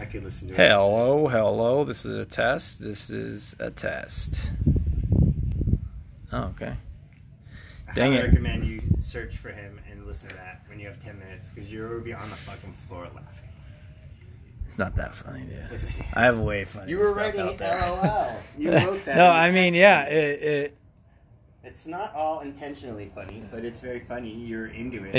I could listen to it. Hello, hello. This is a test. This is a test. Oh, okay. Dang I it. recommend you search for him and listen to that when you have 10 minutes because you'll be on the fucking floor laughing. It's not that funny, dude. Yes, it is. I have way funny You were stuff writing out there. LOL. You wrote that. no, in I the mean, text. yeah, it, it It's not all intentionally funny, but it's very funny. You're into it.